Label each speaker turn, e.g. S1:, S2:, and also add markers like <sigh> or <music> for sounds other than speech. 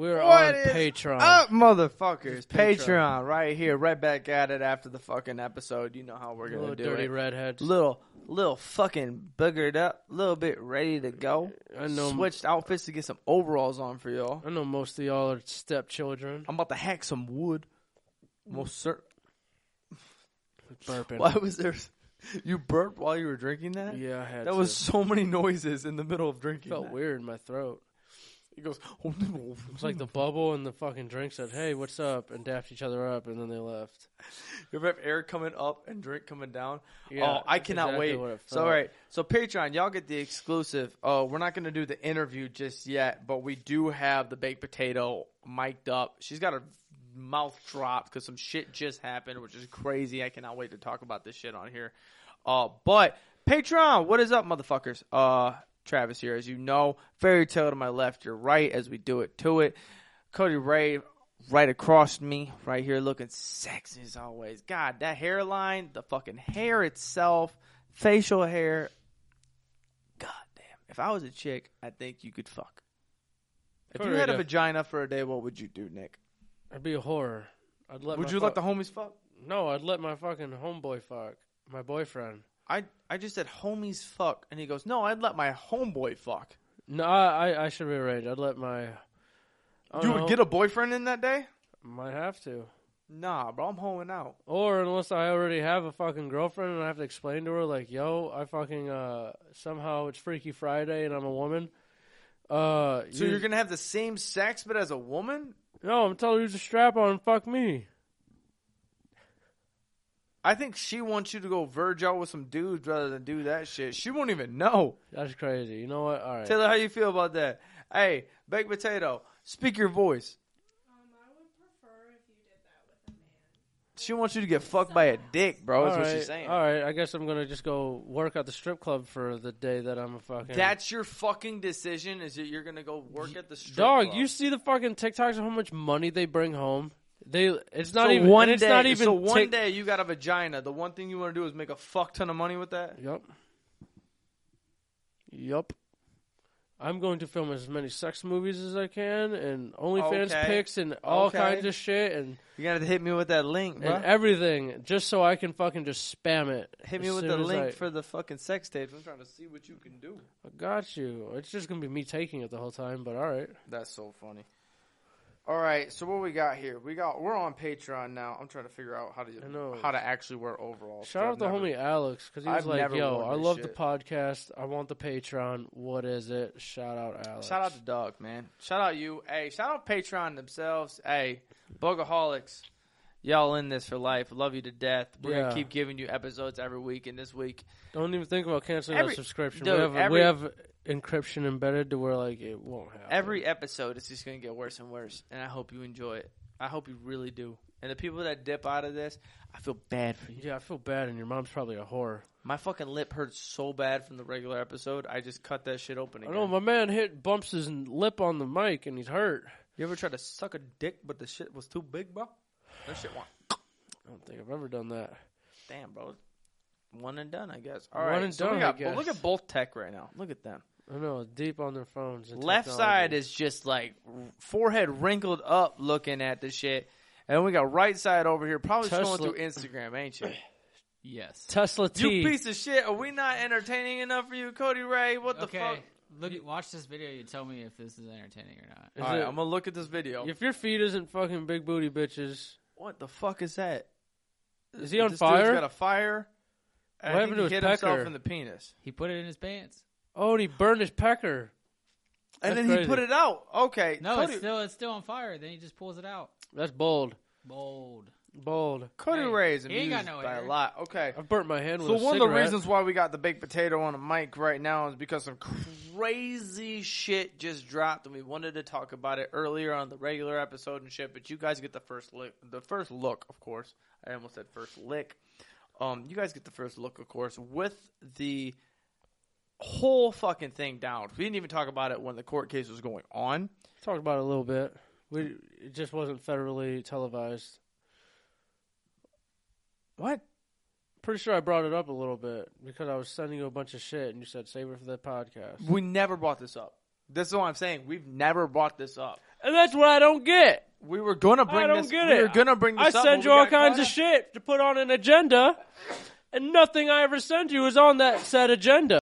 S1: We're on
S2: What is
S1: Patreon.
S2: Up, Oh, motherfuckers.
S1: Patreon.
S2: Patreon. right here. Right back at it after the fucking episode. You know how we're going
S1: Little
S2: to do
S1: dirty
S2: it.
S1: redheads.
S2: little, little fucking boogered up. Little bit ready to go.
S1: I know-
S2: Switched outfits to get some overalls on for y'all.
S1: I know most of y'all are stepchildren.
S2: I'm about to hack some wood. Most cer-
S1: Burping.
S2: Why was there. You burped while you were drinking that?
S1: Yeah, I had
S2: That
S1: to.
S2: was so many noises in the middle of drinking.
S1: felt
S2: that.
S1: weird "Oh, in my throat.
S2: He goes,
S1: It's like the bubble and the fucking drink said, "Hey, what's up?" and daffed each other up, and then they left.
S2: You ever have air coming up and drink coming down?
S1: Yeah,
S2: oh, I
S1: that's
S2: cannot
S1: exactly what
S2: wait.
S1: it
S2: So,
S1: felt.
S2: all right. So, Patreon, y'all get the exclusive. Oh, we're not going to do the interview just yet, but we do have the baked potato mic'd up. She's got her mouth dropped because some shit just happened, which is crazy. I cannot wait to talk about this shit on here. Uh, but, Patreon, what is up, motherfuckers? Uh, Travis here, as you know. Fairy tale to my left, your right, as we do it to it. Cody Ray right across me, right here, looking sexy as always. God, that hairline, the fucking hair itself, facial hair. God damn. If I was a chick, I think you could fuck. If you
S1: Alright,
S2: had a
S1: uh,
S2: vagina for a day, what would you do, Nick?
S1: I'd be a horror. I'd let.
S2: Would
S1: my
S2: you let
S1: fu-
S2: the homies fuck?
S1: No, I'd let my fucking homeboy fuck my boyfriend.
S2: I I just said homies fuck, and he goes, no, I'd let my homeboy fuck.
S1: No, I I, I should rearrange. I'd let my. I
S2: You would get a boyfriend in that day?
S1: Might have to.
S2: Nah, bro, I'm hoeing out.
S1: Or unless I already have a fucking girlfriend and I have to explain to her, like, yo, I fucking uh somehow it's Freaky Friday and I'm a woman. Uh,
S2: So you're gonna have the same sex, but as a woman?
S1: no, I'm telling her use a strap on and fuck me.
S2: I think she wants you to go verge out with some dudes rather than do that shit. She won't even know.
S1: That's crazy. You know what? All right.
S2: Taylor, how you feel about that? Hey, baked potato, speak your voice.
S3: Um, I would prefer if you did that with a man.
S2: She wants you to get fucked by a dick, bro. That's
S1: All
S2: what
S1: right,
S2: she's saying.
S1: All right, I guess I'm gonna just go work at the strip club for the day that I'm a fucking
S2: That's your fucking decision. Is that you're gonna go work at the strip
S1: dog.
S2: club.
S1: You see the fucking TikToks of how much money they bring home. They it's not
S2: so
S1: even
S2: one
S1: and it's
S2: day,
S1: not even
S2: so one
S1: Tik-
S2: day you got a vagina. The one thing you want to do is make a fuck ton of money with that.
S1: Yep. Yep. I'm going to film as many sex movies as I can and OnlyFans
S2: Okay.
S1: pics and all
S2: Okay.
S1: kinds of shit and,
S2: You gotta hit me with that link, bro.
S1: and everything just so I can fucking just spam it.
S2: hit me
S1: as
S2: with
S1: soon
S2: the
S1: as
S2: link
S1: I-
S2: for the fucking sex tapes. I'm trying to see what you can do.
S1: I got you. It's just going to be me taking it the whole time, but all right.
S2: That's so funny. All right, so what we got here? We got we're on Patreon now. I'm trying to figure out how
S1: I
S2: to
S1: know.
S2: how to actually wear overalls.
S1: Shout out the homie Alex because he was
S2: I've
S1: like,
S2: never
S1: yo,
S2: worn
S1: I
S2: this
S1: love the
S2: shit."
S1: podcast. I want the Patreon. What is it? Shout out Alex.
S2: Shout out to Doug, man. Shout out you. Hey, shout out Patreon themselves. Hey, Bugaholics, y'all in this for life. Love you to death. We're
S1: Yeah.
S2: gonna keep giving you episodes every week. And this week,
S1: Don't even think about canceling
S2: Every-
S1: that subscription.
S2: dude,
S1: we, have,
S2: every-
S1: we have encryption embedded to where like it won't happen.
S2: every episode is just gonna get worse and worse. And I hope you enjoy it. I hope you really do. And the people that dip out of this, I feel bad for you.
S1: Yeah, I feel bad, and your mom's probably a whore.
S2: My fucking lip hurts so bad from the regular episode. I just cut that shit open
S1: I
S2: again.
S1: know my man hit bumps his lip on the mic, and he's hurt.
S2: You ever try to suck a dick, but the shit was too big, bro? That shit went.
S1: I don't think I've ever done that.
S2: Damn, bro. One and done, I guess. All right,
S1: One and
S2: so we
S1: done, I
S2: got- but look
S1: guess.
S2: at both tech right now. Look at them.
S1: I know, deep on their phones. and
S2: Left
S1: technology.
S2: side is just like r- forehead wrinkled up, looking at the shit, and then we got right side over here, probably
S1: Tesla-
S2: scrolling through
S1: <laughs>
S2: Instagram, ain't you? yes.
S1: Tesla T.
S2: You piece of shit. Are we not entertaining enough for you, Cody Ray? What the
S4: okay,
S2: fuck?
S4: look, watch this video. You tell me if this is entertaining or not.
S1: Is
S2: All right,
S1: it-
S2: I'm gonna look at this video.
S1: if your feet isn't fucking big booty bitches,
S2: What the fuck is that?
S1: Is he on
S2: this
S1: fire?
S2: Dude's got a fire.
S1: What
S2: I
S1: happened to
S2: think he
S1: his
S2: hit himself
S1: pecker?
S2: in the penis,
S4: He put it in his pants.
S1: oh, and he burned his pecker. That's
S2: and then he
S1: crazy.
S2: put it out. Okay,
S4: No,
S2: Cody,
S4: it's still it's still on fire. Then he just pulls it out.
S1: That's bold,
S4: Bold.
S1: bold.
S2: Cody
S4: Hey,
S2: Ray is
S4: he ain't
S2: amused
S4: got no
S2: by a
S4: hair.
S2: lot. Okay,
S1: I burnt my hand
S2: so
S1: with a
S2: one of the
S1: cigarette.
S2: reasons why we got the baked potato on a mic right now is because some crazy shit just dropped, and we wanted to talk about it earlier on the regular episode and shit. But you guys get the first lick, the first look, of course. I almost said first lick. Um, you guys get the first look, of course, with the whole fucking thing down. We didn't even talk about it when the court case was going on.
S1: talked about it a little bit. We it just wasn't federally televised.
S2: What?
S1: Pretty sure I brought it up a little bit because I was sending you a bunch of shit, and you said save it for the podcast.
S2: We never brought this up. This is what I'm saying. We've never brought this up.
S1: And that's what I don't get.
S2: We were gonna bring
S1: I don't
S2: this.
S1: get
S2: we
S1: it.
S2: were gonna bring this
S1: I
S2: up. but
S1: send
S2: we
S1: you all
S2: got caught
S1: kinds of
S2: up.
S1: shit to put on an agenda, and nothing I ever send you is on that said agenda.